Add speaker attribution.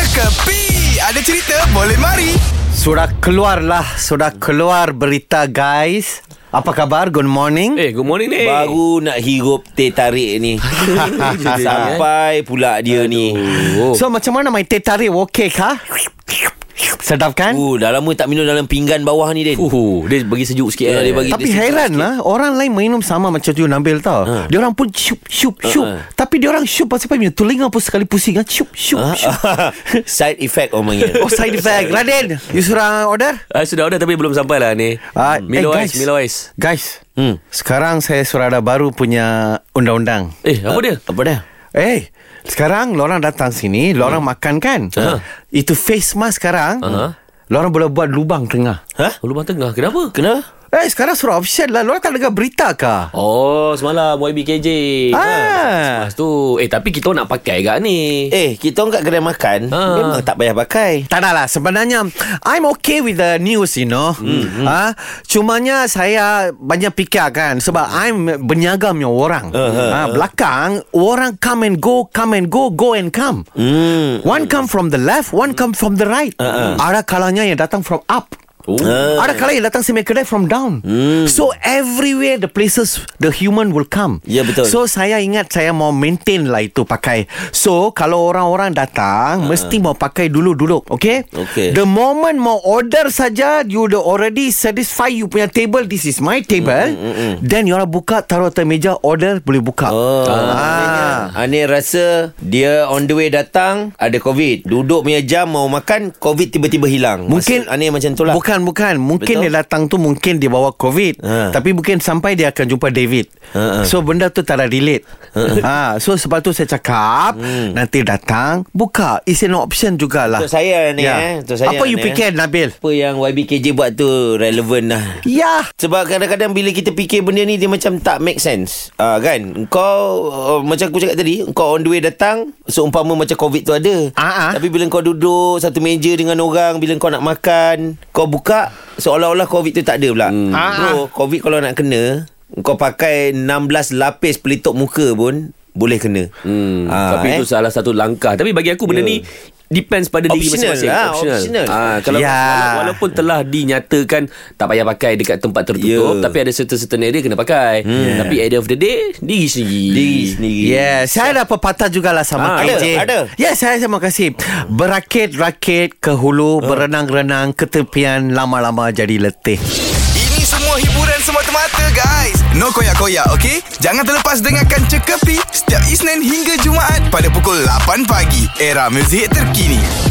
Speaker 1: Kepi Ada cerita boleh mari
Speaker 2: Sudah keluarlah, sudah keluar berita guys. Apa khabar? Good morning.
Speaker 3: Eh, good morning ni.
Speaker 4: Baru nak hirup teh tarik ni Sampai pula dia ni
Speaker 3: Oh.
Speaker 2: So macam mana main teh tarik okey kah? Sedap kan?
Speaker 4: Uh, dah lama tak minum dalam pinggan bawah ni Din
Speaker 3: eh. Uhu, dia bagi sejuk sikit
Speaker 4: Ya,
Speaker 3: eh.
Speaker 4: dia bagi-
Speaker 2: Tapi heran lah Orang lain minum sama macam tu Nabil tau ha. Diorang pun syup syup syup
Speaker 4: ha.
Speaker 2: Tapi diorang syup pasal apa punya Telinga pun sekali pusing kan Syup syup syup
Speaker 4: Side effect orang panggil
Speaker 2: Oh side effect Radin You sudah order?
Speaker 3: Ah, sudah order tapi belum sampai lah ni.
Speaker 2: Ah,
Speaker 3: Milo
Speaker 2: eh,
Speaker 3: ais, Milo ais.
Speaker 2: Guys
Speaker 4: Hmm.
Speaker 2: Sekarang saya sudah ada baru punya Undang-undang
Speaker 3: Eh, apa dia?
Speaker 4: Apa dah?
Speaker 2: Eh, sekarang lorang datang sini, lorang hmm. makan kan? Uh-huh. Itu face mask sekarang. Uh-huh. Lorang boleh buat lubang tengah.
Speaker 3: Ha? Lubang tengah. Kenapa?
Speaker 4: Kenapa?
Speaker 2: Eh, sekarang suruh option lah. Lorang tak dengar berita kah?
Speaker 3: Oh, semalam YBKJ.
Speaker 2: Ah.
Speaker 3: Ha, Lepas tu, eh tapi kita nak pakai kat ni.
Speaker 4: Eh, kita orang kat kedai makan
Speaker 3: Ha.
Speaker 2: Ah.
Speaker 4: Memang tak payah pakai
Speaker 2: Tak ada lah Sebenarnya I'm okay with the news you know mm-hmm. ha? Cumanya saya Banyak fikir kan Sebab I'm Berniaga punya orang uh-huh. ha? Belakang Orang come and go Come and go Go and come
Speaker 4: Hmm.
Speaker 2: mm. One come from the left One come from the right uh-huh. Ada kalanya yang datang from up Oh.
Speaker 4: Ah.
Speaker 2: Ada kala yang datang semi kedai from down mm. So everywhere the places The human will come
Speaker 4: Ya, betul.
Speaker 2: So saya ingat saya mau maintain lah itu pakai So kalau orang-orang datang Mesti mau pakai dulu dulu Ah. Okay
Speaker 4: Okey.
Speaker 2: The moment mau order saja You the already satisfy you punya table This is my table mm, mm, mm. Then you orang buka Taruh atas meja Order boleh buka
Speaker 4: Oh,
Speaker 2: ah.
Speaker 4: ah. Anir rasa dia on the way datang ada COVID. Duduk punya jam mau makan, COVID tiba-tiba hilang.
Speaker 2: Mungkin-
Speaker 4: Maksud Anir macam tu lah.
Speaker 2: Bukan bukan Mungkin
Speaker 4: Betul?
Speaker 2: dia datang tu Mungkin dia bawa covid
Speaker 4: Ha.
Speaker 2: Tapi mungkin sampai dia akan jumpa David
Speaker 4: Ha, ha.
Speaker 2: So benda tu tak ada relate
Speaker 4: Ah,
Speaker 2: ha. So sebab tu saya cakap Nanti datang Buka It's an option jugalah
Speaker 4: Hmm. Untuk saya ni eh. Untuk saya
Speaker 2: Ya. Apa you
Speaker 4: ni, eh.
Speaker 2: fikir Nabil?
Speaker 4: Apa yang YBKJ buat tu relevan lah.
Speaker 2: Ya
Speaker 4: Sebab kadang-kadang bila kita fikir benda ni dia macam tak make sense. Ah kan? Kau uh, macam aku cakap tadi, kau on the way datang seumpama macam COVID tu ada.
Speaker 2: Ah, ah.
Speaker 4: Tapi bila kau duduk satu meja dengan orang, bila kau nak makan, kau buka seolah-olah COVID tu tak ada pula. Hmm.
Speaker 2: Ah,
Speaker 4: Bro, COVID kalau nak kena, kau pakai 16 lapis pelitup muka pun boleh kena. Ah, eh?
Speaker 3: Hmm, tapi itu salah satu langkah. Tapi bagi aku benda
Speaker 4: Ya.
Speaker 3: ni depends pada diri
Speaker 4: Optional
Speaker 3: masing-masing.
Speaker 4: lah, optional.
Speaker 3: Ah, kalau
Speaker 2: Ya.
Speaker 3: wala- walaupun telah dinyatakan tak payah pakai dekat tempat tertutup,
Speaker 4: Ya. Hmm.
Speaker 3: tapi ada certain-certain area kena pakai. Tapi at the end of the day, diri sendiri. Ya.
Speaker 4: diri sendiri.
Speaker 2: Yes, saya ada pepatah jugalah sama
Speaker 3: Ah,
Speaker 2: KJ.
Speaker 4: ada, ada.
Speaker 2: Ya, saya terima kasih. Berakit-rakit ke
Speaker 4: Ah.
Speaker 2: hulu, berenang-renang ke tepian, lama-lama jadi letih.
Speaker 1: Ini semua hiburan semata-mata guys No koyak-koyak ok Jangan terlepas dengarkan Cekapi Setiap Isnin hingga Jumaat Pada pukul 8 pagi Era muzik terkini